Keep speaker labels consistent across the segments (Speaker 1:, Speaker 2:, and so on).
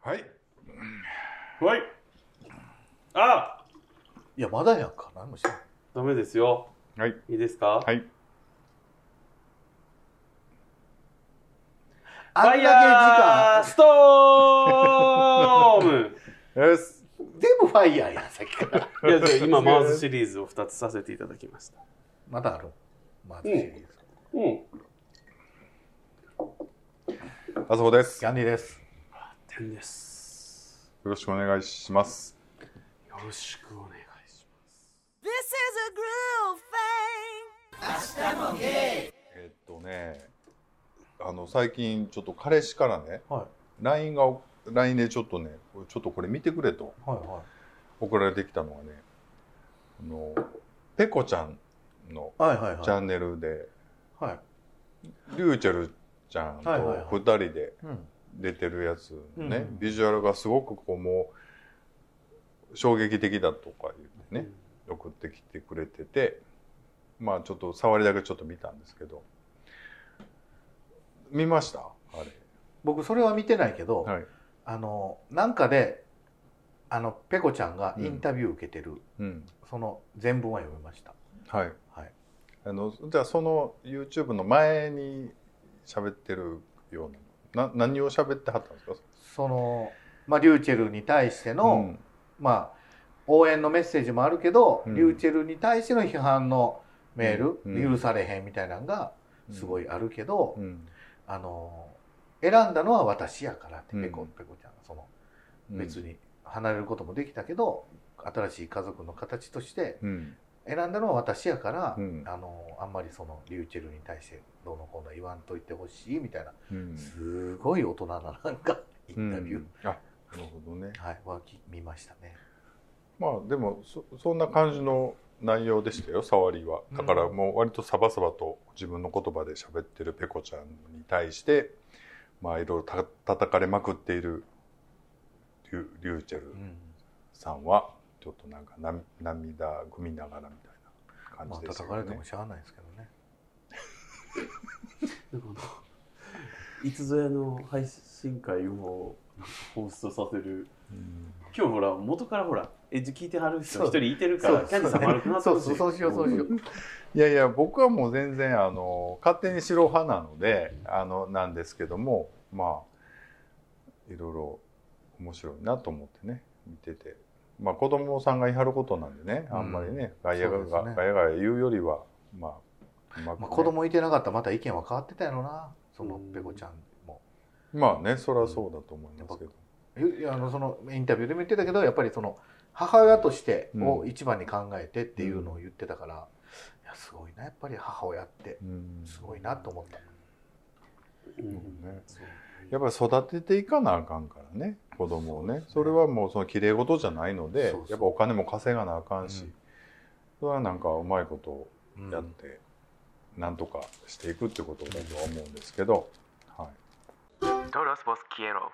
Speaker 1: はい。はい。あ
Speaker 2: いや、まだやんか。何もしてない。
Speaker 1: ダメですよ。
Speaker 3: はい。
Speaker 1: いいですか
Speaker 3: はい。
Speaker 2: あんだけ時間。
Speaker 1: ファイヤーストー
Speaker 3: です。
Speaker 2: 全部ファイヤーやん、さっきから。
Speaker 1: ムいやで今、マーズシリーズを2つさせていただきました。
Speaker 2: まだある。まずシリーズ。
Speaker 1: うん。
Speaker 3: あそこです。
Speaker 2: キ
Speaker 3: よ
Speaker 2: ャンディーです。
Speaker 1: 点です。
Speaker 3: ろしくお願いします。
Speaker 1: よろしくお願いし
Speaker 4: This is a groove thing.
Speaker 3: えっとね、あの、最近ちょっと彼氏からね、
Speaker 2: は
Speaker 3: LINE が、LINE でちょっとね、ちょっとこれ見てくれと
Speaker 2: い。はいは
Speaker 3: 送られてきたのがね、あの、ペコちゃんの
Speaker 2: い。はいはい
Speaker 3: チ
Speaker 2: は
Speaker 3: ャンネルで、
Speaker 2: い。はい。
Speaker 3: リューチェルちゃんと
Speaker 2: はいはいはい
Speaker 3: 2人で
Speaker 2: うん。
Speaker 3: 出てるやつ
Speaker 2: う
Speaker 3: の
Speaker 2: んう
Speaker 3: ね
Speaker 2: ん、
Speaker 3: ビジュアルがすごくこうもう、衝撃的だとか言って
Speaker 1: ます。
Speaker 3: ね、送ってきてくれててまあちょっと触りだけちょっと見たんですけど見ましたあ
Speaker 2: 僕、それは見てないけど、
Speaker 3: れはい、
Speaker 2: あの、なんかで、あの、ペコちゃんがインタビュー受けてる、
Speaker 3: うん
Speaker 2: その全文は読みました。
Speaker 3: はい
Speaker 2: はい。
Speaker 3: あのじゃあその YouTube の前に喋ってるようなな何を喋ってはったんですか
Speaker 2: その、まあ、リューチェルに対しての、まあ、応援のメッセージもあるけど、
Speaker 3: うん
Speaker 2: リューチェルに対しての批判のメール、
Speaker 3: うん
Speaker 2: 許されへんみたいなのがすご
Speaker 3: い、
Speaker 2: いあるけど、
Speaker 3: うん
Speaker 2: あの、選んだのは私やからって、
Speaker 3: うん
Speaker 2: ペコ、ペコちゃんが、その、
Speaker 3: うん
Speaker 2: 別に離れることもできたけど、新しい家族の形として、
Speaker 3: うん
Speaker 2: 選んだのは私やから、
Speaker 3: うん
Speaker 2: あのあんまりそのリューチェルに対してどうのこうの言わんといてほしいみたいな、
Speaker 3: うん
Speaker 2: すごい大人ななんかインタビュー、
Speaker 3: うんあなるほどね
Speaker 2: はいはき見ましたね
Speaker 3: まあでもそそんな感じの内容でしたよ触りはだからもう割とサバサバと自分の言葉で喋ってるペコちゃんに対してまあいろいろた叩かれまくっているリュリューチェル
Speaker 2: うん、
Speaker 3: さんはちょっとなんかな涙ぐみながらみたいな感
Speaker 2: まあ
Speaker 3: じでした
Speaker 2: 叩かれ
Speaker 3: けど
Speaker 2: て
Speaker 3: ね
Speaker 2: もしゃあないですけどね
Speaker 1: なんかあのいつぞやの配信会をホーストさせる
Speaker 3: うん
Speaker 1: 今日ほら元からほらエッジ聞いてはる人
Speaker 2: そう
Speaker 1: 一人いてるからキャンディーさん丸くなって
Speaker 2: そ
Speaker 1: ほ
Speaker 2: う
Speaker 1: しい
Speaker 2: そうそうしようそうしよう
Speaker 3: いやいや僕はもう全然あの勝手に白派なのであのなんですけどもまあいろいろ面白いなと思ってね見ててまあ子供さんが言い張ることなんでねあんまりね、ガヤガヤ
Speaker 2: そうですね
Speaker 3: ガヤガヤ言うよりはまあうまくね
Speaker 2: まあ子供いてなかったらまた意見は変わってたやろなその
Speaker 1: うん
Speaker 2: ペコちゃんも、
Speaker 3: まあねそりゃそうだと思いますけど、
Speaker 2: いやあのそのインタビューでも言ってたけどやっぱりその母親として
Speaker 3: うん
Speaker 2: を一番に考えてっていうのを言ってたから、いやすごいなやっぱり母親って
Speaker 3: うん
Speaker 2: すごいなと思った、
Speaker 1: うん
Speaker 3: そうね
Speaker 1: そう
Speaker 3: やっぱり育てていかなあかんからね子供をねそれはもうその綺麗事じゃないので
Speaker 2: そうそう
Speaker 3: やっぱお金も稼がなあかんし、
Speaker 2: うん
Speaker 3: それはなんかうまいこと
Speaker 2: うん
Speaker 3: やって、なんとかしていくってことだとは思うんですけど、はい、
Speaker 5: Todos vos quiero.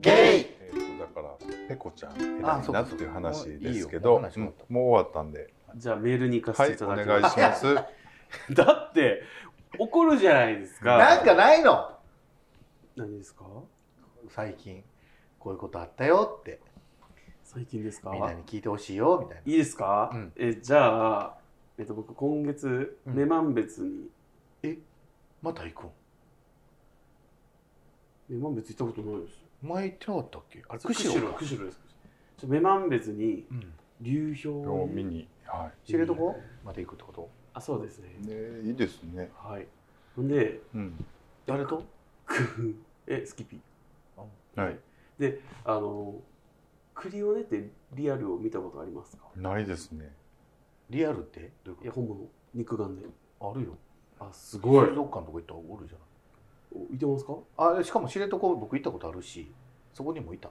Speaker 2: ゲイ
Speaker 3: えー、とだからペコちゃん
Speaker 2: あ
Speaker 3: 偉い
Speaker 2: そう
Speaker 3: な
Speaker 2: か
Speaker 3: っていう話
Speaker 2: もういいよ
Speaker 3: ですけ
Speaker 2: も
Speaker 3: ど
Speaker 2: う話終わった
Speaker 3: うんもう終わったんで
Speaker 1: じゃあメールに行か
Speaker 3: は
Speaker 1: せ
Speaker 3: い
Speaker 1: ていた
Speaker 3: お
Speaker 1: だき
Speaker 3: 願い
Speaker 1: ま
Speaker 3: し
Speaker 1: す、
Speaker 3: ま す
Speaker 1: だって怒るじゃないですか
Speaker 2: なんかないの
Speaker 1: 何ですか
Speaker 2: 最近こういうことあったよって
Speaker 1: 最近ですか
Speaker 2: みんなに聞いてほしいよみたいない
Speaker 1: いですか、
Speaker 2: うん
Speaker 1: えじゃあ、えっと、僕今月
Speaker 2: うん
Speaker 1: 女満別に、
Speaker 2: また行くん
Speaker 1: 女満別行ったことないです
Speaker 2: 前行ってなかったっけあれ
Speaker 1: 釧
Speaker 2: 釧
Speaker 1: 路
Speaker 2: 路か
Speaker 1: 釧路ですじゃあ女満別に
Speaker 2: うん
Speaker 1: 流氷
Speaker 3: を見に、は
Speaker 2: 知床まで行くってこと
Speaker 1: あそうですね
Speaker 3: い、ねいいですね、
Speaker 1: はいほんで
Speaker 3: うん、
Speaker 2: 誰と
Speaker 1: えスキピ
Speaker 3: はい
Speaker 1: であのクリオネってリアルを見たことありますか
Speaker 3: ないですね
Speaker 2: リアルってどう
Speaker 1: い
Speaker 2: いう
Speaker 1: や
Speaker 2: こ
Speaker 1: 本物肉眼で
Speaker 2: とあるよ
Speaker 1: あすご
Speaker 2: 水族館とか行ったらおるじ
Speaker 1: いてますか
Speaker 2: ゃないあしかも知床僕行ったことあるしそこにもいた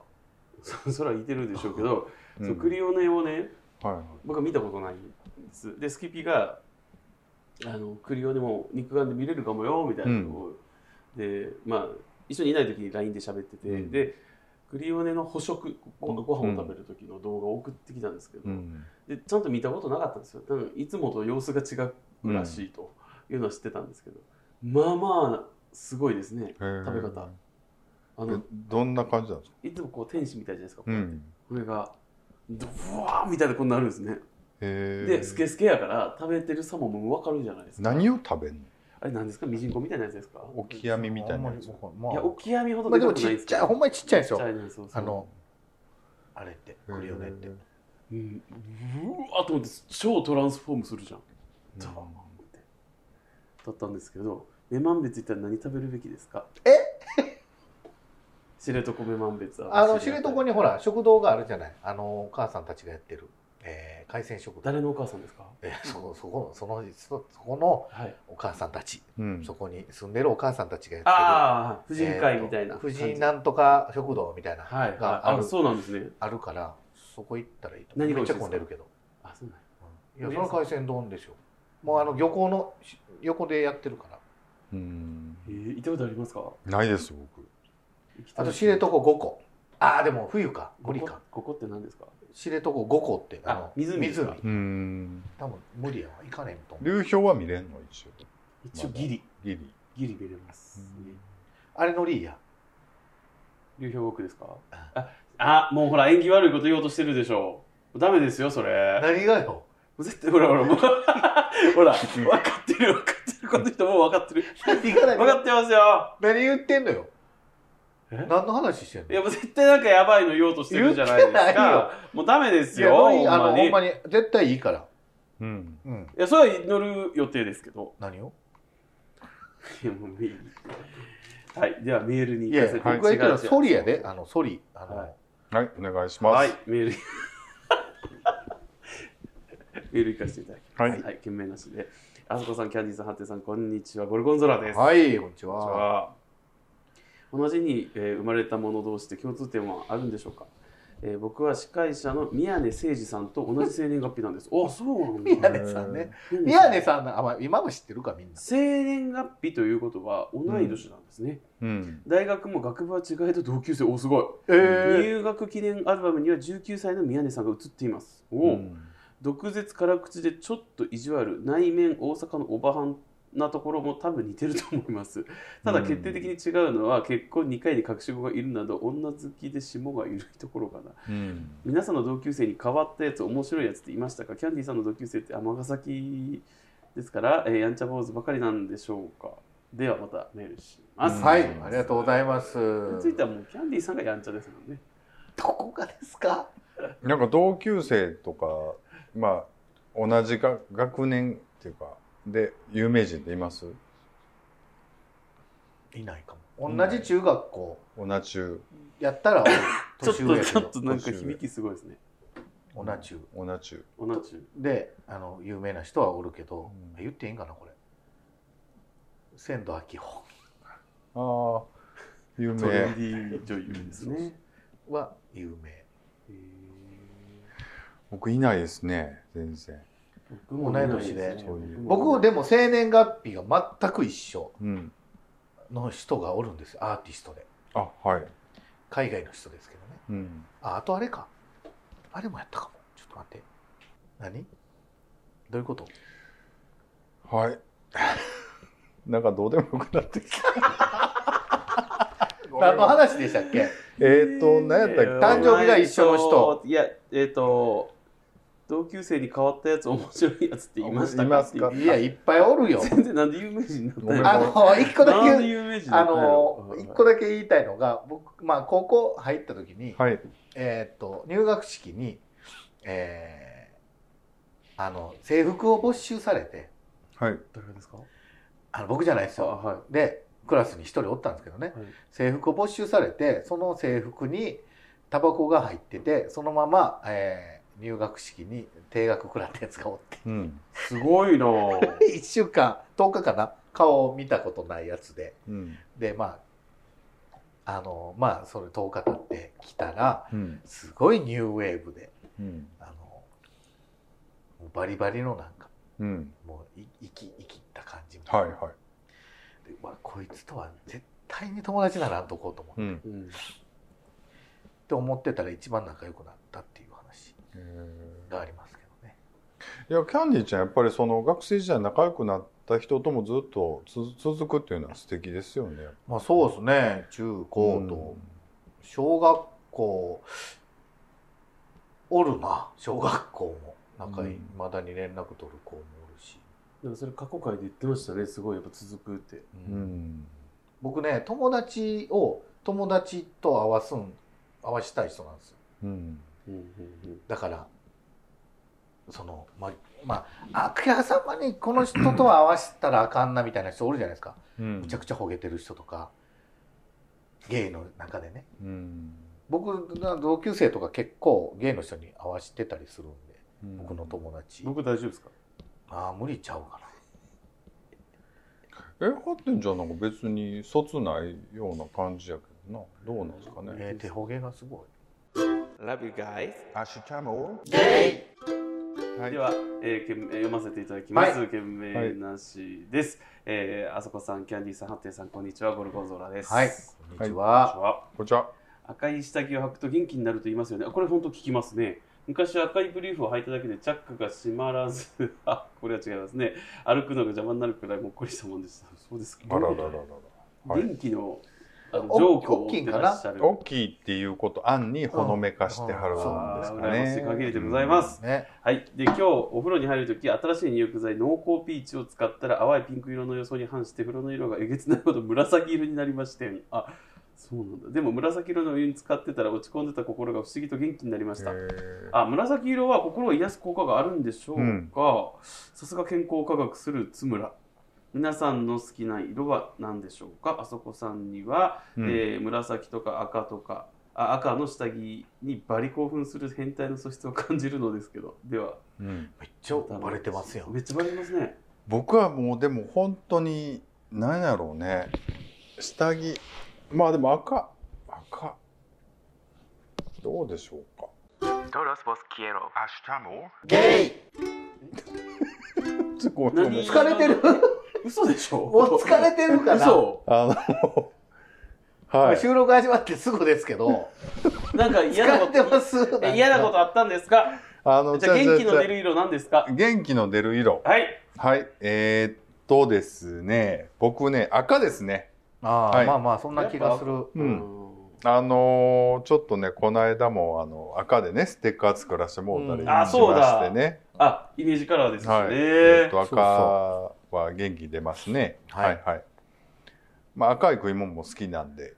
Speaker 1: そ そらいてるでしょうけど、
Speaker 3: うん
Speaker 1: そうクリオネをね
Speaker 3: はいはい
Speaker 1: 僕は見たことないんですでスキピがあのクリオネも肉眼で見れるかもよみたいなのを、でまあ一緒にいない時に LINE で喋ってて、
Speaker 3: うん
Speaker 1: でクリオネの捕食ごご
Speaker 3: う
Speaker 1: 飯
Speaker 3: ん
Speaker 1: を食べる時の動画を送ってきたんですけど、
Speaker 3: うん
Speaker 1: でちゃんと見たことなかったんですよ多分いつもと様子が違うらしいというのは知ってたんですけど、まあまあすごいですね
Speaker 3: へー
Speaker 1: 食べ方あ
Speaker 3: え
Speaker 1: の
Speaker 3: どんな感じなんですか
Speaker 1: いつもこう天使みたいじゃないですか、
Speaker 3: うん
Speaker 1: これがドワーみたいなことになるんですね
Speaker 3: へえ
Speaker 1: でスケスケやから食べてるさももう分かるじゃないですか
Speaker 3: 何を食べんの
Speaker 1: あれ何ですかミジンコみたいなやつですか
Speaker 3: オキアミみたいなやつ
Speaker 2: ほんま
Speaker 1: い
Speaker 2: に
Speaker 1: や
Speaker 2: まあ
Speaker 1: オキアミほど
Speaker 2: まあで
Speaker 1: でか
Speaker 2: も
Speaker 1: く
Speaker 2: ち
Speaker 1: ない
Speaker 2: っ
Speaker 1: です
Speaker 2: ちゃいほんまにちっちゃいんですよ
Speaker 1: いそうそう
Speaker 2: あのあれってクリオネって
Speaker 3: へー
Speaker 1: うんうわーと思って超トランスフォームするじゃんドーンってだったんですけど女満別行ったら何食べるべきですか
Speaker 2: え
Speaker 1: 知床女満別
Speaker 2: あの知床
Speaker 1: に
Speaker 2: にほら食堂があるじゃないあのお母さんたちがやってる、えー海鮮食堂
Speaker 1: 誰のお母さんですか
Speaker 2: えーそそこのそのそそこの
Speaker 1: はい
Speaker 2: お母さんたち、
Speaker 3: うん
Speaker 2: そこに住んでるお母さんたちがやってる
Speaker 1: ああ婦人会みたいな
Speaker 2: えーと
Speaker 1: 感
Speaker 2: 婦
Speaker 1: じ
Speaker 2: 人なんとか食堂みたいなの
Speaker 1: はいはい
Speaker 2: があ
Speaker 1: あ
Speaker 2: る,、
Speaker 1: そうなんですね
Speaker 2: あるからそこ行ったらいいと
Speaker 1: 何
Speaker 2: め
Speaker 1: が美
Speaker 2: っちゃ
Speaker 1: 味しいですか
Speaker 2: 混んでるけど、
Speaker 1: あそうな
Speaker 2: い
Speaker 1: んや
Speaker 2: やそれは海鮮丼ですよもうあの漁港のし横でやってるから
Speaker 3: うん
Speaker 1: えー行ったことありますか
Speaker 3: ないです僕
Speaker 1: 行きた
Speaker 2: あ
Speaker 1: い
Speaker 2: と
Speaker 1: です
Speaker 2: 知床5個ああでも冬か無
Speaker 1: こ
Speaker 2: 理
Speaker 1: こ
Speaker 2: か
Speaker 1: ここって何ですか
Speaker 2: 知床5個って
Speaker 1: あ
Speaker 2: の
Speaker 1: 湖ですか
Speaker 3: うん
Speaker 2: 多分無理やわ行かねえと思う
Speaker 3: 流氷は見れんの一応
Speaker 1: 一応ギリ
Speaker 3: ギリ
Speaker 1: ギリ見れます
Speaker 3: うん
Speaker 1: ね
Speaker 2: あれのリーや
Speaker 1: 流氷国ですかああもうほら縁起悪いこと言おうとしてるでしょダメですよそれ
Speaker 2: 何がよ
Speaker 1: もう絶対ほらほらもう ほら分かってる分かってるこの人もう分か ってる
Speaker 2: 何が
Speaker 1: 分か
Speaker 2: よ
Speaker 1: ってますよ
Speaker 2: 何言ってんのよ
Speaker 1: え
Speaker 2: 何の話してん
Speaker 1: い
Speaker 2: の
Speaker 1: やもう絶対なんかやばいの言おうとしてるじゃないです
Speaker 2: 言ってないよ
Speaker 1: かもうダメですよ
Speaker 2: ノ
Speaker 1: ほ
Speaker 2: リ
Speaker 1: ん
Speaker 2: あの
Speaker 1: ま
Speaker 2: ほ
Speaker 1: に
Speaker 2: んまに絶対いいから
Speaker 3: うん
Speaker 2: うん
Speaker 1: いやそれは乗る予定ですけど
Speaker 2: 何を
Speaker 1: いやもういいはいではメールに
Speaker 2: い
Speaker 1: 行
Speaker 2: や
Speaker 1: かせて
Speaker 2: 僕が言ってるのはソリやであのソリあ
Speaker 1: はい
Speaker 2: の
Speaker 3: はいお願いしま
Speaker 1: はい
Speaker 3: す、
Speaker 1: メール。 メール行かせていただきます。
Speaker 3: はい
Speaker 1: はい、懸命なしで。あそこさん、キャンディーさん、ハッテンさん、こんにちは。ゴルゴンゾラです。
Speaker 2: はいこんにち
Speaker 1: こんに
Speaker 2: は
Speaker 1: ちは同じに、えー生まれた者同士で共通点はあるんでしょうか、えー僕は司会者の宮根誠司さんと同じ生年月日なんです。あ、そうなん
Speaker 2: 宮
Speaker 1: だ。
Speaker 2: 根さんね宮
Speaker 1: 宮
Speaker 2: 根さんのあまあ今も知ってるかみんな
Speaker 1: 生年月日ということは同い年なんですね、
Speaker 3: うん
Speaker 1: 大学も学部は違えど同級生おすごい、
Speaker 2: ええ
Speaker 1: 入学記念アルバムには19歳の宮根さんが写っていますおお、
Speaker 3: うん
Speaker 1: 毒舌辛口でちょっと意地悪内面大阪のおばはんなところも多分似てると思い ますただ
Speaker 3: うん
Speaker 1: 決定的に違うのは結婚2回に隠し子がいるなど女好きで霜が緩いところかな
Speaker 3: うん
Speaker 1: 皆さんの同級生に変わったやつ面白いやつっていましたかキャンディーさんの同級生って尼崎ですから、えーやんちゃ坊主ばかりなんでしょうかではまたメールします、
Speaker 3: うん
Speaker 2: はいありがとうございます
Speaker 1: ついてはもうキャンディーさんがやんちゃですもんね
Speaker 2: どこがですか
Speaker 3: なんか同級生とかまあ同じが学年っていうかで有名人っています
Speaker 2: いないかも同じ中学校
Speaker 3: 同中
Speaker 2: やったら
Speaker 1: ちょっ
Speaker 2: 年上や
Speaker 1: と
Speaker 2: け
Speaker 1: ちょ
Speaker 2: ど
Speaker 1: っとなんか響きすごいですね
Speaker 2: 同じ中
Speaker 3: 同中
Speaker 1: おなちゅう
Speaker 2: であの有名な人はおるけど、
Speaker 3: うん
Speaker 2: 言っていいんかなこれ千堂明穂
Speaker 3: ああ有
Speaker 1: トレンデ
Speaker 3: 名
Speaker 1: ィー女優ですね、
Speaker 2: は有名
Speaker 1: へー
Speaker 3: 僕いないですね全然
Speaker 1: 僕も見ないす
Speaker 2: 同い年
Speaker 3: でそういう
Speaker 2: 僕でも生年月日が全く一緒
Speaker 3: うん
Speaker 2: の人がおるんですよアーティストで
Speaker 3: あはい
Speaker 2: 海外の人ですけどね
Speaker 3: うん
Speaker 2: ああとあれかあれもやったかもちょっと待って何どういうこと
Speaker 3: はい なんかどうでもよ くなってきたごめん
Speaker 2: 何の話でしたっけ
Speaker 3: えっと何やったっけ
Speaker 2: 誕生日が一緒の人
Speaker 1: いやえっ、と同級生に変わったやつ面白いやつって言いました
Speaker 3: いま
Speaker 1: っ
Speaker 3: す
Speaker 1: てい
Speaker 3: か
Speaker 1: う
Speaker 2: いやいっぱいおるよ
Speaker 1: 全然なんで有名人になったんやろ
Speaker 2: あの一個だ
Speaker 1: なんで
Speaker 2: け
Speaker 1: 有名人にな
Speaker 2: あ
Speaker 1: ったんやろ
Speaker 2: の一個だけ言いたいのが僕まあ高校入った時に、
Speaker 3: はい
Speaker 2: えーっと入学式に、えーあの制服を没収されて
Speaker 3: はい
Speaker 1: 誰ですか
Speaker 2: あの僕じゃないです
Speaker 1: あ
Speaker 2: よ
Speaker 1: はい
Speaker 2: でクラスに一人おったんですけどね、
Speaker 1: はい
Speaker 2: 制服を没収されてその制服にタバコが入っててそのまま、えー入学式に定額食らったやつがおって
Speaker 3: うん
Speaker 1: すごいな ぁ
Speaker 2: 1週間10日かな顔を見たことないやつで
Speaker 3: うん
Speaker 2: でまああのまあそれ10日経ってきたら
Speaker 3: うん
Speaker 2: すごいニューウェーブで
Speaker 3: うん
Speaker 2: あのもうバリバリのなんか
Speaker 3: うん
Speaker 2: もうい生き生きった感じみた
Speaker 3: はいい
Speaker 2: な
Speaker 3: は
Speaker 2: でうわこいつとは絶対に友達ならんとこうと思っ
Speaker 3: い
Speaker 2: て,、
Speaker 3: うん
Speaker 1: うん
Speaker 2: 思ってたら一番仲良くなったっていう話
Speaker 3: えー
Speaker 2: がありますけどね
Speaker 3: いやキャンディーちゃんやっぱりその学生時代仲良くなった人ともずっとつ続くっていうのは素敵ですよね。
Speaker 2: まあそうですね中高と、
Speaker 3: うん
Speaker 2: 小学校おるな小学校も仲いい、
Speaker 3: うん
Speaker 2: まだに連絡取る子もおるし、
Speaker 1: なんかそれ過去回で言ってましたねすごいやっぱ続くって
Speaker 3: う
Speaker 2: うん
Speaker 3: ん
Speaker 2: 僕ね友達を友達と合わすん合わしたい人なんですよ
Speaker 3: うん
Speaker 1: うんうん
Speaker 2: だからそのままああからさまにこの人とは合わせたらあかんなみたいな人おるじゃないですか
Speaker 3: うん
Speaker 2: むちゃくちゃほげてる人とかゲイの中でね
Speaker 3: うん
Speaker 2: 僕同級生とか結構ゲイの人に合わせてたりするんで僕の友達、
Speaker 1: 僕大丈夫ですか
Speaker 2: ああ無理ちゃうかな
Speaker 3: えハッテンちゃんなんか別に卒ないような感じやけどなどうなんですかね。
Speaker 2: えー手ほげがすごい
Speaker 1: Love you guys
Speaker 3: アシュチャモはい
Speaker 1: では、えーけんえー読ませていただきます。
Speaker 2: は
Speaker 1: 懸命なしです。えーあそこさん、キャンディーさん、ハッテンさん、こんにちは。ゴルゴンゾーラです。
Speaker 2: はい
Speaker 1: こんに
Speaker 2: こんにち
Speaker 1: ち
Speaker 2: は、
Speaker 1: は。
Speaker 3: こんにちら
Speaker 1: 赤い下着を履くと元気になると言いますよね。あこれ本当聞きますね。昔赤いブリーフを履いただけでチャックが閉まらず、 あ、これは違いますね。歩くのが邪魔になるくらいもっこりしたもんでした。そうですか。
Speaker 3: あららららら。はい。
Speaker 1: 元気の、あの、
Speaker 2: お
Speaker 1: ジョークを持ってらっしゃる。
Speaker 3: 大きいっていうこと案にほのめかしてはるんですかね。
Speaker 1: うんそう羨ましい限りでございます
Speaker 2: ね、
Speaker 1: はい、で今日お風呂に入るとき新しい入浴剤濃厚ピーチを使ったら淡いピンク色の予想に反して風呂の色がえげつないほど紫色になりましたよねあそうなんだでも紫色のお湯に使ってたら落ち込んでた心が不思議と元気になりました
Speaker 3: へー
Speaker 1: あ紫色は心を癒す効果があるんでしょう
Speaker 3: うん
Speaker 1: かさすが健康科学する津村皆さんの好きな色は何でしょうかあそこさんには
Speaker 3: うん
Speaker 1: えー紫とか赤とかあ赤の下着にバリ興奮する変態の素質を感じるのですけどでは
Speaker 3: うん
Speaker 2: めっちゃバレてますよ
Speaker 1: めっちゃバレますね
Speaker 3: 僕はもうでも本当に何やろうね下着まあでも赤赤どうでしょうか
Speaker 5: Todos vos quiero.
Speaker 2: ゲイ
Speaker 3: ちょっとごめん
Speaker 1: 何
Speaker 2: 疲れてる
Speaker 1: 嘘でしょ
Speaker 2: もう疲れてるかな
Speaker 1: 嘘
Speaker 3: あ のはい
Speaker 2: 収録始まってすぐですけど
Speaker 1: なんか嫌な
Speaker 2: 疲れ
Speaker 1: こ
Speaker 2: てま
Speaker 1: と
Speaker 2: す
Speaker 1: え嫌なことあったんですか
Speaker 3: あの
Speaker 1: じゃあ元気の出
Speaker 3: る
Speaker 1: る色なんですか
Speaker 3: 元気の出る色
Speaker 1: はい
Speaker 3: はいえーっとですね僕ね赤ですね
Speaker 2: あー、
Speaker 3: はい
Speaker 2: まあまあそんな気がする
Speaker 3: う
Speaker 1: うん
Speaker 3: あのーちょっとねこの間もあの赤でねステッカー作らせてもらったり
Speaker 2: う
Speaker 3: し
Speaker 2: ん
Speaker 3: ま
Speaker 1: あそうだ
Speaker 3: してね、
Speaker 1: あイメージカラーですよ
Speaker 3: はい。
Speaker 1: ね、
Speaker 3: えっと
Speaker 2: そうそう
Speaker 3: 赤は元気出ますね。
Speaker 2: は
Speaker 3: はいいはい。まあ赤い食い物も好きなんで、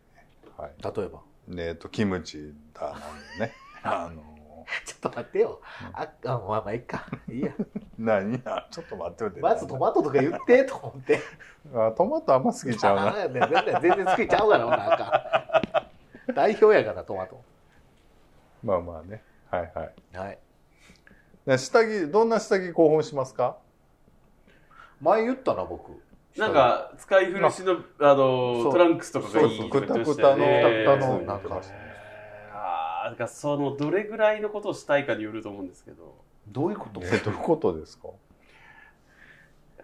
Speaker 3: はい。
Speaker 2: 例えば
Speaker 3: ねえっとキムチだなんでね。あの
Speaker 2: ちょっと待ってよああまあまあいいか いいや
Speaker 3: 何 やちょっと待っておいてね。
Speaker 2: まずトマトとか言ってと思って
Speaker 3: あトマトあんま好きち ゃうな。
Speaker 2: あーね全然全然好きちゃうからなんか 代表やからトマト
Speaker 3: まあまあね。はいはい
Speaker 2: はい。
Speaker 3: で下着どんな下着興奮しますか？
Speaker 2: 前言ったな僕
Speaker 1: なんか使い古しの
Speaker 2: そ
Speaker 1: あの
Speaker 2: う
Speaker 1: トランクスとかがいい
Speaker 3: そうそう
Speaker 1: とか言ってましたよね
Speaker 3: くたくたの
Speaker 1: えー
Speaker 2: なんか
Speaker 1: あーなんかそのどれぐらいのことをしたいかによると思うんですけど
Speaker 2: どういう こと、
Speaker 3: えどういうことですか？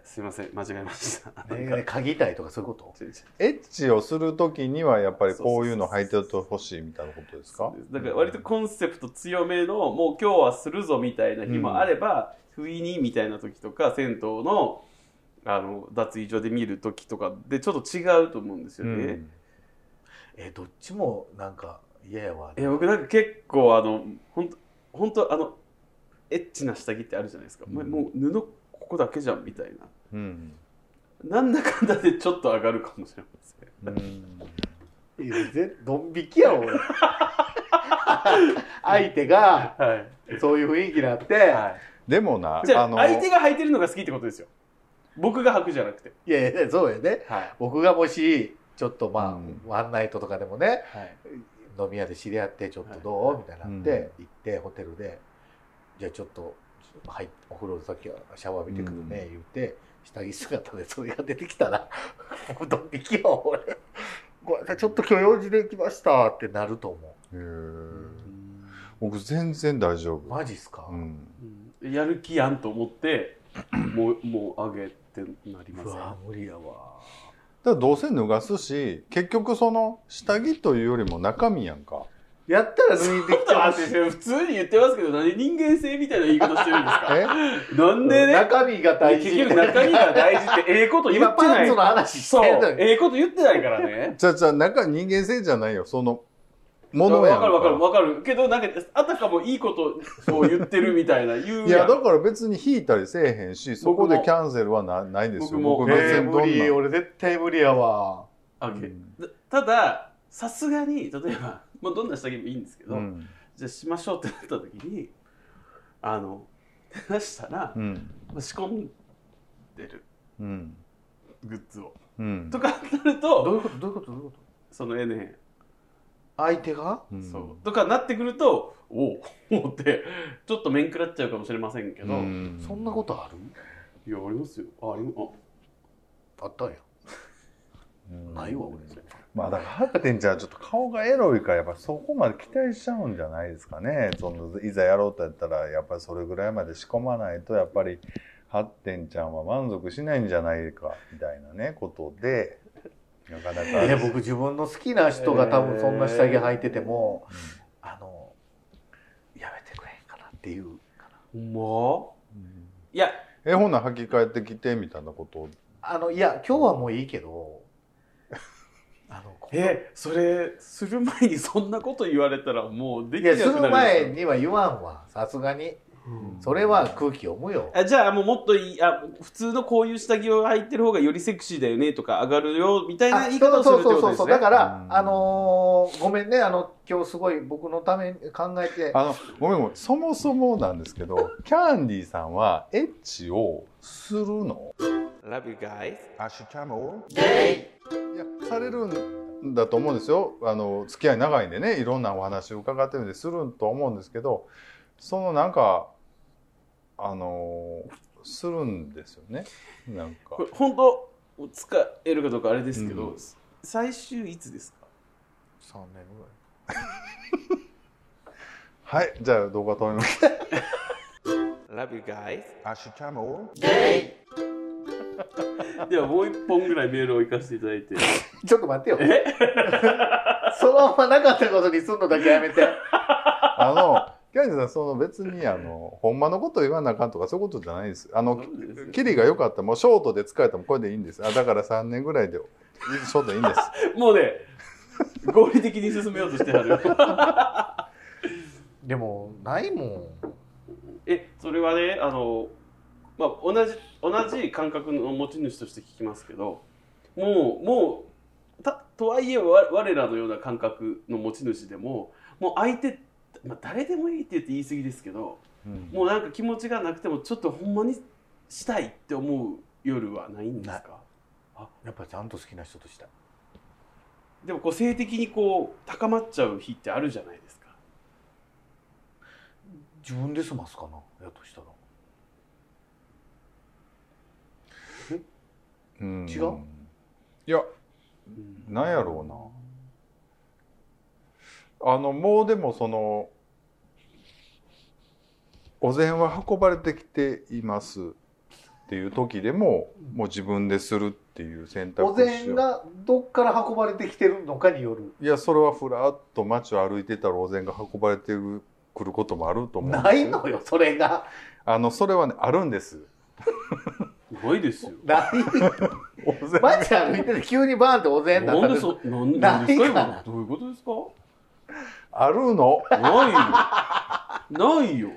Speaker 1: すいません間違えました なんか
Speaker 2: ねね鍵たいとかそういうこと
Speaker 1: ちょちょ
Speaker 3: エッチをするときにはやっぱりこういうの履いてると欲しいみたいなことですか？
Speaker 1: なんか割とコンセプト強めのもう今日はするぞみたいな日もあれば、不意にみたいな時とか銭湯のあの脱衣所で見る時とかでちょっと違うと思うんです
Speaker 3: う
Speaker 1: よね、
Speaker 3: ん。
Speaker 2: えどっちもなんか嫌やわ
Speaker 1: いや僕なんか結構あの本当本当あのエッチな下着ってあるじゃないですか、
Speaker 3: うん
Speaker 1: もうもう布ここだけじゃんみたいな
Speaker 3: うん。
Speaker 1: なんだかんだでちょっと上がるかもしれません
Speaker 3: うん
Speaker 2: いやぜドン引きや俺 相手が
Speaker 1: はい、
Speaker 2: そういう雰囲気になって、
Speaker 1: はい、
Speaker 3: でもな、
Speaker 1: じゃあ
Speaker 3: あの
Speaker 1: 相手が履いてるのが好きってことですよ僕が履くじゃなくて
Speaker 2: い、やいやそうやね
Speaker 1: はい、
Speaker 2: 僕がもしちょっとまあ、
Speaker 3: うん
Speaker 2: ワンナイトとかでもね
Speaker 1: はい、
Speaker 2: 飲み屋で知り合ってちょっとどう、みたいになって、行ってホテルでじゃあちょっと入っお風呂先はシャワー浴びてくるね、
Speaker 3: うん
Speaker 2: 言うて下着姿でそれが出てきたら「ドン引きよ俺ごめんなさいちょっと許容事で来ました」ってなると思う、
Speaker 3: へー僕全然大丈夫、
Speaker 2: マジっすか、
Speaker 3: うん、
Speaker 1: うんやる気やんと思ってもうもう上げてなりま
Speaker 2: うわ
Speaker 1: す
Speaker 2: 無理やわ
Speaker 3: だからどうせ脱がすし結局その下着というよりも中身やんか
Speaker 2: やったら脱いできてほしい。
Speaker 1: 普通に言ってますけど、何人間性みたいな言い方してるんです か
Speaker 2: え
Speaker 1: なんでね、
Speaker 2: 中身が大
Speaker 1: 結
Speaker 2: 事み
Speaker 1: 局
Speaker 2: たいな。
Speaker 1: 中身が大事って、ええこと言
Speaker 2: 今
Speaker 1: ってな
Speaker 2: パン
Speaker 1: い
Speaker 2: ツの。話し
Speaker 1: そう、
Speaker 2: てんのに。
Speaker 1: ええこと言ってないからね。
Speaker 3: じゃあじゃあ中人間性じゃないよそのものや
Speaker 1: わ
Speaker 3: ん
Speaker 1: かるわかるわかる。けど、なんか、あたかもいいことを言ってるみたいな、言う
Speaker 3: いや
Speaker 1: やん
Speaker 3: だから別に引いたりせえへんしそこでキャンセルはなないんですよ
Speaker 1: 僕も
Speaker 3: 僕
Speaker 1: え
Speaker 3: 別
Speaker 1: ー
Speaker 3: にどんな、
Speaker 2: 俺絶対無理やわ。
Speaker 1: あけただ、さすがに、例えば、まあ、どんな下着もいいんですけど、
Speaker 3: うん
Speaker 1: じゃあしましょうってなった時に、あの、出したら
Speaker 3: う、ん
Speaker 1: 仕込んでる、
Speaker 3: うん
Speaker 1: グッズを。
Speaker 3: うん
Speaker 1: とかなる
Speaker 2: ど
Speaker 1: と、
Speaker 2: ういうことどういうことどういうこと
Speaker 1: そのええねん
Speaker 2: 相手が
Speaker 3: うん
Speaker 1: そうとかなってくるとおお思ってちょっと面食らっちゃうかもしれませんけど、
Speaker 3: うん
Speaker 2: そんなことある
Speaker 1: いやありますよあありま
Speaker 2: あったんや。
Speaker 3: うん
Speaker 2: ないわ、俺。
Speaker 3: まあだからハテンちゃんはちょっと顔がエロいからやっぱそこまで期待しちゃうんじゃないですかねそのいざやろうとやったらやっぱりそれぐらいまで仕込まないとやっぱりハテンちゃんは満足しないんじゃないかみたいなねことでなかなか
Speaker 2: え僕自分の好きな人が多分そんな下着履いてても、あのやめてくれんかなっていう
Speaker 1: あほん
Speaker 3: うん
Speaker 1: まいや
Speaker 3: えほな履き替えてきてみたいなこと
Speaker 2: あのいや今日はもういいけどあのこの
Speaker 1: えそれする前にそんなこと言われたらもうで
Speaker 2: い
Speaker 1: きな
Speaker 2: や
Speaker 1: くな
Speaker 2: する前
Speaker 1: に、
Speaker 2: には言わんわさすがに
Speaker 1: うん
Speaker 2: それは空気読むよ
Speaker 1: あじゃあもうもっといいあ普通のこういう下着を履いてる方がよりセクシーだよねとか上がるよみたいな
Speaker 2: あ
Speaker 1: 言い方をするってことですね
Speaker 2: だから、
Speaker 3: うん
Speaker 2: あのーごめんねあの今日すごい僕のために考えて
Speaker 3: あのごめんごめんそもそもなんですけどキャンディーさんはエッチをするの
Speaker 1: Love you guys
Speaker 3: アシュチャモいやされるんだと思うんですよあの付き合い長いんでねいろんなお話を伺ってるんでするんと思うんですけどそのなんかあのするんですよねなんか
Speaker 1: これ本当使えるかどうかあれですけど、
Speaker 3: うん
Speaker 1: 最終いつですか
Speaker 2: 3年ぐらい
Speaker 3: はいじゃあ動画撮ります
Speaker 1: Love you guys
Speaker 3: アシュチャモ
Speaker 1: ではもう一本ぐらいメールを行かせていただ いて
Speaker 2: ちょっと待ってよ そのままなかったことにすんのだけやめて
Speaker 3: あのキャンディーさんその別にあのほんまのこと言わなあかんとかそういうことじゃないですあのキリが良かったらもうショートで使えたらもうこれでいいんですあだから3年ぐらいでショートでいいんです
Speaker 1: もうね合理的に進めようとしてはる
Speaker 2: でもないもん
Speaker 1: えそれはねあの、まあ、同じ同じ感覚の持ち主として聞きますけどもうもうたとはいえわ我らのような感覚の持ち主でももう相手、まあ、誰でもいいって言って言い過ぎですけどもうなんか気持ちがなくてもちょっとほんまにしたいって思う夜はないんです
Speaker 2: ない
Speaker 1: か
Speaker 2: やっぱちゃんと好きな人とした
Speaker 1: でもこう性的にこう高まっちゃう日ってあるじゃないですか
Speaker 2: 自分で済ますかなやとしたら
Speaker 3: うん
Speaker 2: 違う
Speaker 3: いやなんやろうなあのもうでもそのお膳は運ばれてきていますっていう時でももう自分でするっていう選択
Speaker 2: お
Speaker 3: をしよう
Speaker 2: 膳がどっから運ばれてきてるのかによる
Speaker 3: いやそれはふらっと街を歩いてたらお膳が運ばれてくることもあると思うんです
Speaker 2: ないのよそれが
Speaker 3: あのそれはねあるんです
Speaker 1: ないですよ
Speaker 2: ない
Speaker 3: お膳
Speaker 2: 街歩いてて急にバーンってお膳出
Speaker 1: なんで
Speaker 2: さ
Speaker 1: そなん
Speaker 2: な
Speaker 1: ない
Speaker 2: か
Speaker 1: んです
Speaker 2: ら
Speaker 1: か今どういうことですか
Speaker 3: あるの
Speaker 1: ないよないよ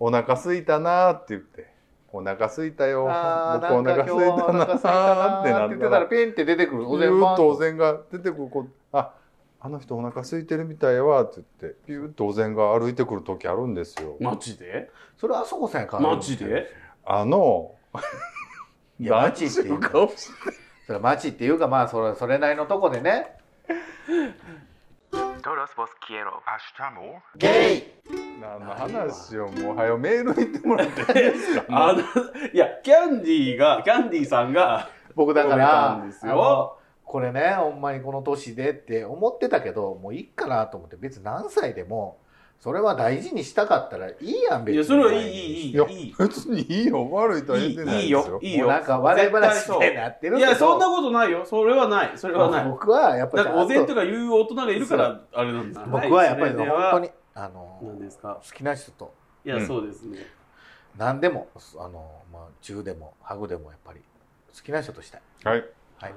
Speaker 3: お腹空いたなーって言ってお腹空いたよ
Speaker 2: あー
Speaker 3: 僕お
Speaker 2: なん
Speaker 3: 腹
Speaker 2: か
Speaker 3: 空
Speaker 2: 今日はお腹空い
Speaker 3: いた
Speaker 2: た
Speaker 3: なー
Speaker 2: なー
Speaker 3: っ
Speaker 2: ってて
Speaker 3: な
Speaker 2: な
Speaker 3: っ
Speaker 2: っててた
Speaker 3: たら
Speaker 2: らピンって出てくるお
Speaker 3: ピ
Speaker 2: 膳
Speaker 3: ュー
Speaker 2: バ
Speaker 3: ッと
Speaker 2: ー
Speaker 3: お
Speaker 2: ンと
Speaker 3: 膳が出てくるこああの人お腹空いてるみたいわって言ってピューッとお膳が歩いてくる時あるんですよ
Speaker 1: マジで
Speaker 2: それあそこさんやから
Speaker 1: マジで
Speaker 3: あの
Speaker 2: いやマジっていうか
Speaker 3: 顔して
Speaker 2: それ街っていうかまあそれそれなりのとこでね
Speaker 5: Todos vos quiero.
Speaker 3: 何の話をもうはよメール言ってもらっていい ですか
Speaker 1: あのいやキャンディーがキャンディーさんが
Speaker 2: 僕だか
Speaker 1: そうな
Speaker 2: ら
Speaker 1: んです
Speaker 2: あ
Speaker 1: よ
Speaker 2: のこれねほんまにこの年でって思ってたけどもういいかなと思って別に何歳でもそれは大事にしたかったらいいやん別
Speaker 1: い
Speaker 2: に
Speaker 1: やそれはいいいいいい
Speaker 3: いや
Speaker 1: いい
Speaker 3: 別にいいよ悪いとは言ってないですよ
Speaker 1: いいいい
Speaker 2: もうなんか笑い話みたいになってる
Speaker 1: い
Speaker 2: けど
Speaker 1: やそんなことないよそれはないそれはない
Speaker 2: 僕はやっぱ
Speaker 1: な
Speaker 2: りち
Speaker 1: んか
Speaker 2: ゃ
Speaker 1: お
Speaker 2: んと
Speaker 1: 膳とか言う大人がいるからあれなんだ
Speaker 2: 僕はやっぱり
Speaker 1: それ
Speaker 2: 本
Speaker 1: では
Speaker 2: 当にあの
Speaker 1: 何ですか
Speaker 2: 好きな人と
Speaker 1: いや
Speaker 3: うん
Speaker 1: そうですね
Speaker 2: 何でもあの、まあ、中でもハグでもやっぱり好きな人としたい
Speaker 3: はい
Speaker 2: はい、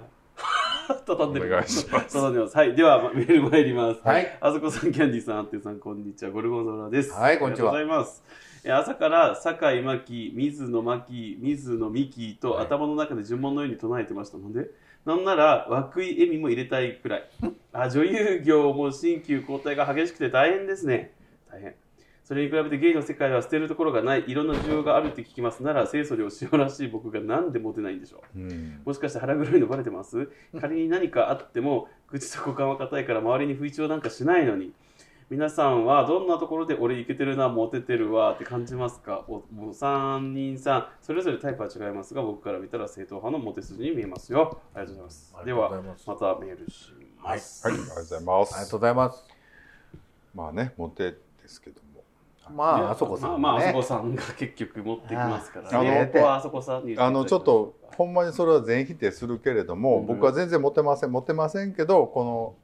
Speaker 1: 畳んで
Speaker 3: お
Speaker 1: る
Speaker 3: 願いします
Speaker 1: 畳んでますはいではメール参ります
Speaker 2: はい、
Speaker 1: あそこさん、キャンディーさん、あってさん、こんにちは。ゴルゴンゾーラです。
Speaker 2: はいこんにちは
Speaker 1: ありがとうございます。えー朝から、酒井真紀、水野真紀、水野美紀と
Speaker 2: はい
Speaker 1: 頭の中で呪文のように唱えてましたので、なんなら、涌井恵美も入れたいくらい。あ女優業も新旧交代が激しくて大変ですね。大変。それに比べてゲイの世界は捨てるところがない、いろんな需要があるって聞きますなら、清楚量しおらしい僕がなんでモテないんでしょう。
Speaker 3: うん
Speaker 1: もしかして腹黒いのバレてます仮に何かあっても口と股間は硬いから周りに不一調なんかしないのに皆さんはどんなところで俺イケてるなモテてるわって感じますかおお三人さんそれぞれタイプは違いますが僕から見たら正統派のモテ筋に見えますよありがとうございますでは
Speaker 2: ありがとうございます
Speaker 1: またメールします、
Speaker 3: はいありがとうございま
Speaker 2: ありが
Speaker 3: す
Speaker 2: とうございます
Speaker 3: まあねモテですけども
Speaker 2: ま
Speaker 1: で
Speaker 2: ああそこさんもね、
Speaker 1: まあまああそこさんが結局持ってきますから
Speaker 3: あ
Speaker 1: ね
Speaker 3: の
Speaker 1: ここはあそこさんに言ていただ
Speaker 3: あ
Speaker 1: きま
Speaker 3: の
Speaker 1: し
Speaker 3: ち
Speaker 1: ょ
Speaker 3: ょ
Speaker 1: う
Speaker 3: っとほんまにそれは全否定するけれども、
Speaker 1: うん
Speaker 3: 僕は全然モテませんモテませんけどこの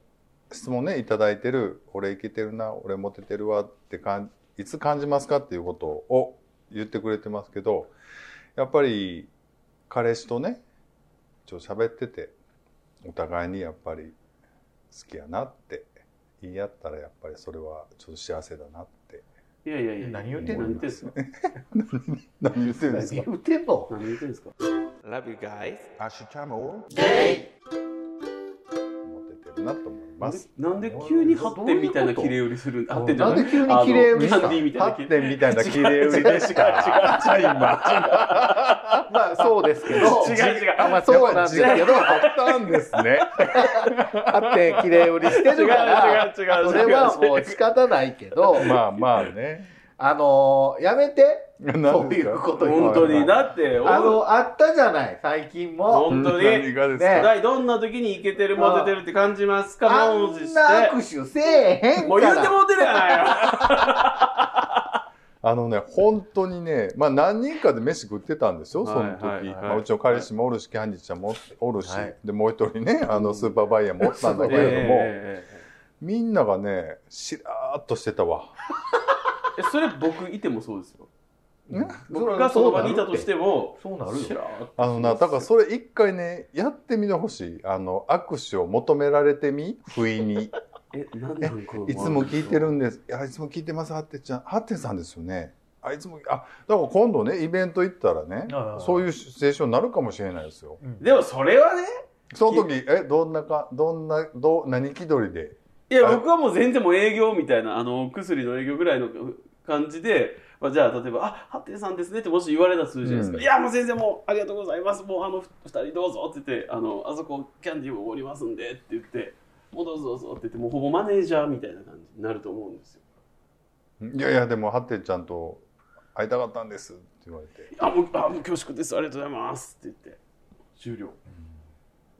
Speaker 3: 質問ね頂いただいてる「俺イケてるな俺モテてるわ」ってかんいつ感じますかっていうことを言ってくれてますけどやっぱり彼氏とねちょっと喋っててお互いにやっぱり好きやなって言い合ったらやっぱりそれはちょっと幸せだな って
Speaker 1: いやいやいや
Speaker 2: 何言うてんの
Speaker 1: 何言ってんすか
Speaker 3: 何言ってるんです
Speaker 2: 何
Speaker 3: か
Speaker 2: 言うてんの
Speaker 1: 何言ってんすか
Speaker 5: Love you guys.
Speaker 3: 明日もモテてるなと思います。
Speaker 1: なんで急に発展みたいな切れ売りするんあってんじゃ
Speaker 2: なん
Speaker 1: ない
Speaker 2: で急に綺麗売り
Speaker 1: あ
Speaker 2: し
Speaker 1: のキャ
Speaker 2: た
Speaker 1: ンディーみたいな
Speaker 3: パ
Speaker 1: 切
Speaker 3: ッ
Speaker 1: れ
Speaker 3: テンみたいな切れ売りでしか
Speaker 1: 違う違う違う違う
Speaker 2: まあそうですけど
Speaker 1: 違う違う
Speaker 2: あまあそうなんですけど
Speaker 3: 違うあったんですね
Speaker 2: あって綺麗売りしてるから
Speaker 1: 違う違う違う違う
Speaker 2: それはもう仕方ないけど
Speaker 3: まあまあね
Speaker 2: あのーやめて
Speaker 3: 何です
Speaker 2: そうい
Speaker 3: か
Speaker 2: うこと
Speaker 1: 本当
Speaker 3: はいは
Speaker 1: に
Speaker 3: い
Speaker 1: だって
Speaker 2: あ
Speaker 1: お
Speaker 2: のあったじゃない最近も
Speaker 1: 本当に
Speaker 3: 何がですか、
Speaker 2: ね
Speaker 1: 第どんな時にイケてるモテてるって感じますか
Speaker 2: あ
Speaker 1: 満を
Speaker 2: ん
Speaker 1: 持し
Speaker 2: な
Speaker 1: て
Speaker 2: 握手せえへんから
Speaker 1: もう言うてもうてるやないよ
Speaker 3: あのね本当にねまあ何人かで飯食ってたんですよその時、
Speaker 1: はいはいはい
Speaker 3: まあ、うちの彼氏もおるしキャンディーちゃんもおるし、
Speaker 2: はい
Speaker 3: でもう一人ねあのスーパーバイヤーもおったんだけれども、
Speaker 1: え
Speaker 3: みんながねしらーっとしてたわ
Speaker 1: えそれ僕いてもそうですよ
Speaker 3: ね
Speaker 1: 僕がその場にいたとしても
Speaker 2: そうなる
Speaker 1: 知
Speaker 2: よ
Speaker 1: らん
Speaker 3: あのなだからそれ一回ねやってみてほしいあの握手を求められてみ不意 に
Speaker 1: えなんなんこの
Speaker 3: いつも聞いてるんです。いや、いつも聞いてます、ハッテンちゃん。ハッテンさんですよね。あいつも、あ、だから今度ね、イベント行ったら
Speaker 2: はいは
Speaker 3: ね
Speaker 2: いはい、
Speaker 3: そういうシチュエーションになるかもしれないですよ。
Speaker 1: でもそれはね
Speaker 3: その時、え、どんなか、どんな、どう、何気取りで。
Speaker 1: いや
Speaker 3: あれ
Speaker 1: 僕はもう全然もう営業みたいなあの薬の営業ぐらいの感じで、まあ、じゃあ例えば「あハッテンさんですね」ってもし言われたとするじゃないですか「
Speaker 3: うん
Speaker 1: いやもう全然もうありがとうございますもうあのふ二人どうぞ」って言って「あのあそこキャンディーもおりますんで」って言って「もうどうぞどうぞ」って言ってもうほぼマネージャーみたいな感じになると思うんですよ。
Speaker 3: いやいや、でも、ハッテンちゃんと会いたかったんですって言われて。
Speaker 1: あもうあもう恐縮ですありがとうございますって言って終了、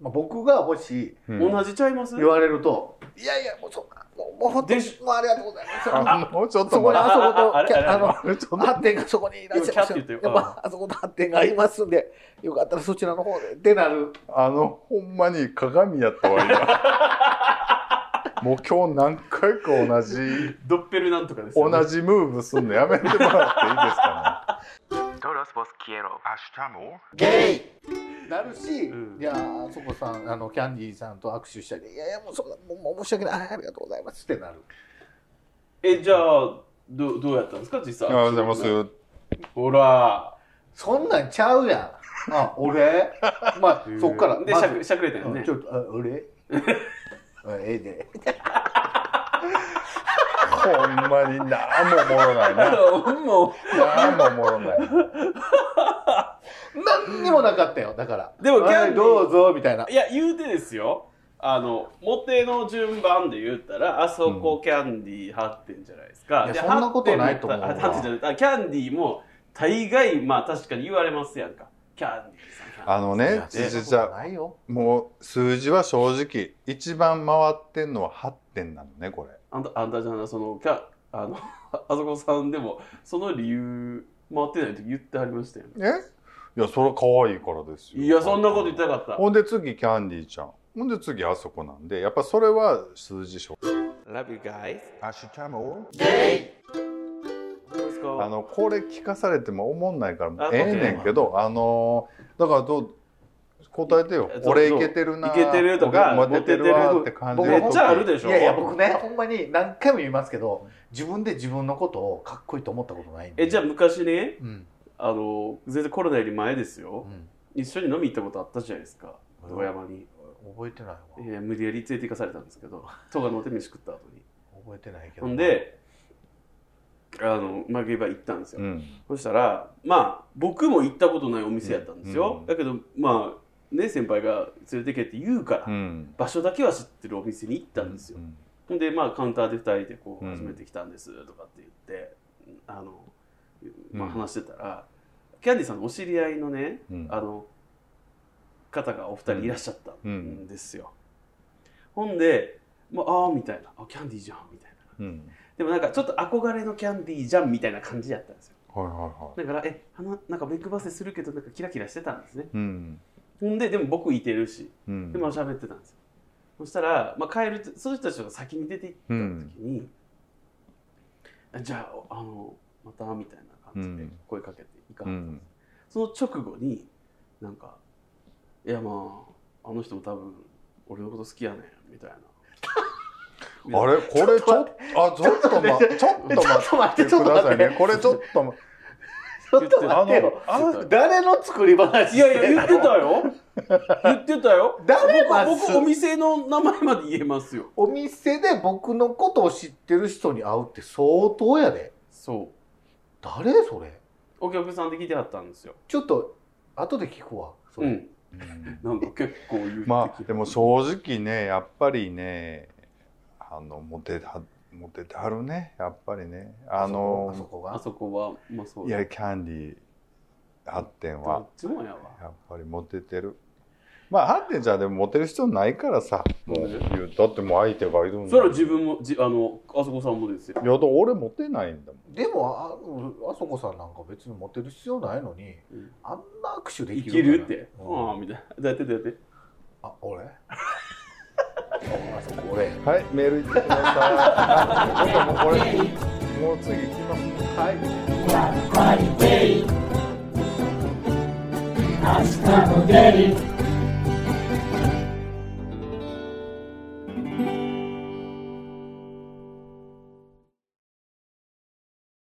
Speaker 2: まあ僕がもし
Speaker 3: うん
Speaker 1: 同じちゃいます
Speaker 2: 言われるといやいやもうそんなもうもうほんと
Speaker 1: でし
Speaker 2: もうありがとうござい ます
Speaker 3: あの、ちょっと
Speaker 2: そこに
Speaker 3: 待っ
Speaker 2: あそこと
Speaker 1: あれあれ
Speaker 2: あの
Speaker 3: て。あれちょっと。
Speaker 2: 発展がそこにいらっしゃいます
Speaker 1: 今キャッて言
Speaker 2: やっ
Speaker 1: ったよ
Speaker 2: ぱあそこの発展がありますんでよかったらそちらの方でってなる
Speaker 3: あの、ほんまに鏡やったわ、今。 もう今日何回か同じ、
Speaker 1: ドッペルなんとかですよね、
Speaker 3: 同じムーブすんのやめてもらっていいですかね。
Speaker 5: Todos vos quiero.
Speaker 2: ゲイなるし、
Speaker 1: うん
Speaker 2: いやーあそこさんあのキャンディーさんと握手したりいやいやもうそんなもうもう申し訳ないはいありがとうございますってなる
Speaker 1: えじゃあどどうやったんですか実際
Speaker 3: ありがとうございます。
Speaker 1: ほら
Speaker 2: そんなんちゃうやんあ俺まあそっから
Speaker 1: で
Speaker 2: ま
Speaker 1: し
Speaker 2: ず
Speaker 1: ゃくしゃくれたよね
Speaker 2: ちょっとあ俺あええで
Speaker 3: ほんまに何もおもろない
Speaker 1: あ
Speaker 3: な。
Speaker 1: のも
Speaker 3: 何もおもろない。
Speaker 2: 何にもなかったよだから
Speaker 1: でもキャ
Speaker 2: はい
Speaker 1: ンディー
Speaker 2: どうぞみたいな
Speaker 1: ういや言うてですよあのモテの順番で言ったらあそこキャンディー8点じゃないですか、
Speaker 2: いや
Speaker 1: で
Speaker 2: そんなことないと思うわ
Speaker 1: ハッテンもあハッテンじゃないあキャンディーも大概まあ確かに言われますやんかキャンディーさんキャンディーさん
Speaker 3: あの
Speaker 2: い
Speaker 3: ね
Speaker 2: や、
Speaker 3: じゃ
Speaker 2: そんなこと
Speaker 3: あ
Speaker 2: ないよ
Speaker 3: もう数字は正直、一番回ってんのは8点なのね、これ。
Speaker 1: あんたあんたじゃないそのキャあの あそこさんでもその理由回ってない時言ってはりましたよね
Speaker 3: えいやそれは可愛いからですよ
Speaker 1: いやそんなこと言ってなかった
Speaker 3: ほんで次キャンディーちゃんほんで次あそこなんでやっぱそれは数字書
Speaker 5: Love you guys.
Speaker 3: アシュチャム
Speaker 1: どうですか
Speaker 3: あのこれ聞かされても思んないからもう
Speaker 1: あ
Speaker 3: ええねんけどあのーだからどう答えてよ
Speaker 1: そうそう
Speaker 3: 俺いけてるない
Speaker 1: けてるとか
Speaker 3: モテてるわ
Speaker 1: モ
Speaker 3: っ
Speaker 1: テ
Speaker 3: て
Speaker 1: て
Speaker 3: 感じ
Speaker 2: 僕
Speaker 3: る
Speaker 1: めっ
Speaker 3: 時
Speaker 1: ちゃあるでしょ
Speaker 2: いやいや僕ねほんまに何回も言いますけど自分で自分のことをかっこいいと思ったことないんで
Speaker 1: えじゃあ昔ね
Speaker 2: うん
Speaker 1: あの全然コロナより前です
Speaker 2: う
Speaker 1: よ
Speaker 2: ん
Speaker 1: 一緒に飲み行ったことあったじゃないですか
Speaker 2: うん
Speaker 1: 富山に、
Speaker 2: 覚えてないわ
Speaker 1: えー無理やり連れて行かされたんですけど戸がの手飯食った後に
Speaker 2: 覚えてないけど
Speaker 1: ほんであのマグリバー行ったんですよ、
Speaker 3: うん
Speaker 1: そしたらまあ僕も行ったことないお店やったんですよ、
Speaker 3: うん
Speaker 1: だけどまあね先輩が連れてけって言うから、
Speaker 3: うん
Speaker 1: 場所だけは知ってるお店に行ったんですよ、
Speaker 3: うん
Speaker 1: ほんでまあカウンターで2人でこう
Speaker 3: うん
Speaker 1: 初めて来たんですとかって言って、あの、まあ、
Speaker 3: うん
Speaker 1: 話してたら、キャンディさんのお知り合いのね
Speaker 3: うん
Speaker 1: あの方がお二人いらっしゃった
Speaker 3: うん
Speaker 1: んですよ、ほんで、まああーみたいなあキャンディーじゃんみたいな
Speaker 3: うん
Speaker 1: でもなんかちょっと憧れのキャンディーじゃんみたいな感じやったんですよ
Speaker 3: はいはいはい
Speaker 1: だからえ花なんかメイクバセするけどなんかキラキラしてたんですね
Speaker 3: うん
Speaker 1: ほんででも僕いてるし
Speaker 3: うん
Speaker 1: でまあ喋ってたんですよそしたら、まあ、帰るその人たちが先に出て行った時に、あじゃああのまたみたいな感じで声かけていかはったんです、その直後になんか「いやまああの人も多分俺のこと好きやねん」みたいな
Speaker 3: あれこれちょっとあちょっとまちょっ
Speaker 2: ち
Speaker 3: と
Speaker 2: ょ
Speaker 3: 待
Speaker 2: っと待っ
Speaker 3: って
Speaker 2: て
Speaker 3: く
Speaker 2: ちょっと
Speaker 3: ださ
Speaker 2: 待っ
Speaker 3: いね
Speaker 2: て
Speaker 3: これちょっとま
Speaker 2: ちょっと待ってよ
Speaker 1: あの
Speaker 2: 誰の作り話
Speaker 1: いやいや言ってたよ言ってたよ
Speaker 2: 誰が
Speaker 1: 僕僕お店の名前まで言えますよ
Speaker 2: お店で僕のことを知ってる人に会うって相当やで
Speaker 1: そう
Speaker 2: 誰それ
Speaker 1: お客さんで来てはったんですよ
Speaker 2: ちょっと後で聞くわそうれ
Speaker 1: んなんか結構言うてき
Speaker 3: まあでも正直ねやっぱりねあのモテたモテてはるねやっぱりねあの
Speaker 2: あそこ
Speaker 1: あ
Speaker 2: が
Speaker 1: そこはまあそう
Speaker 3: いやキャンディー発展
Speaker 1: ど
Speaker 3: は
Speaker 1: っちもやわ
Speaker 3: やっぱりモテてるまあ発展じゃでもモテる必要ないからさもう
Speaker 1: ね
Speaker 3: 言うだってもう相手がいるんだ
Speaker 1: それは自分もじあのあそこさんもですよ
Speaker 3: いやだから俺モテないんだもん
Speaker 2: でもあうんあそこさんなんか別にモテる必要ないのに
Speaker 1: うん
Speaker 2: あんな握手で
Speaker 1: 生
Speaker 2: き
Speaker 1: き
Speaker 2: る
Speaker 1: る
Speaker 2: の
Speaker 1: っ
Speaker 2: かな
Speaker 1: て
Speaker 2: うん
Speaker 1: ああみたいなどうやってどうやって
Speaker 2: あ俺 ああそこ俺
Speaker 3: はいメールいってくだ さいなんかもうこれもう次行きます
Speaker 2: はい
Speaker 6: 明日も出る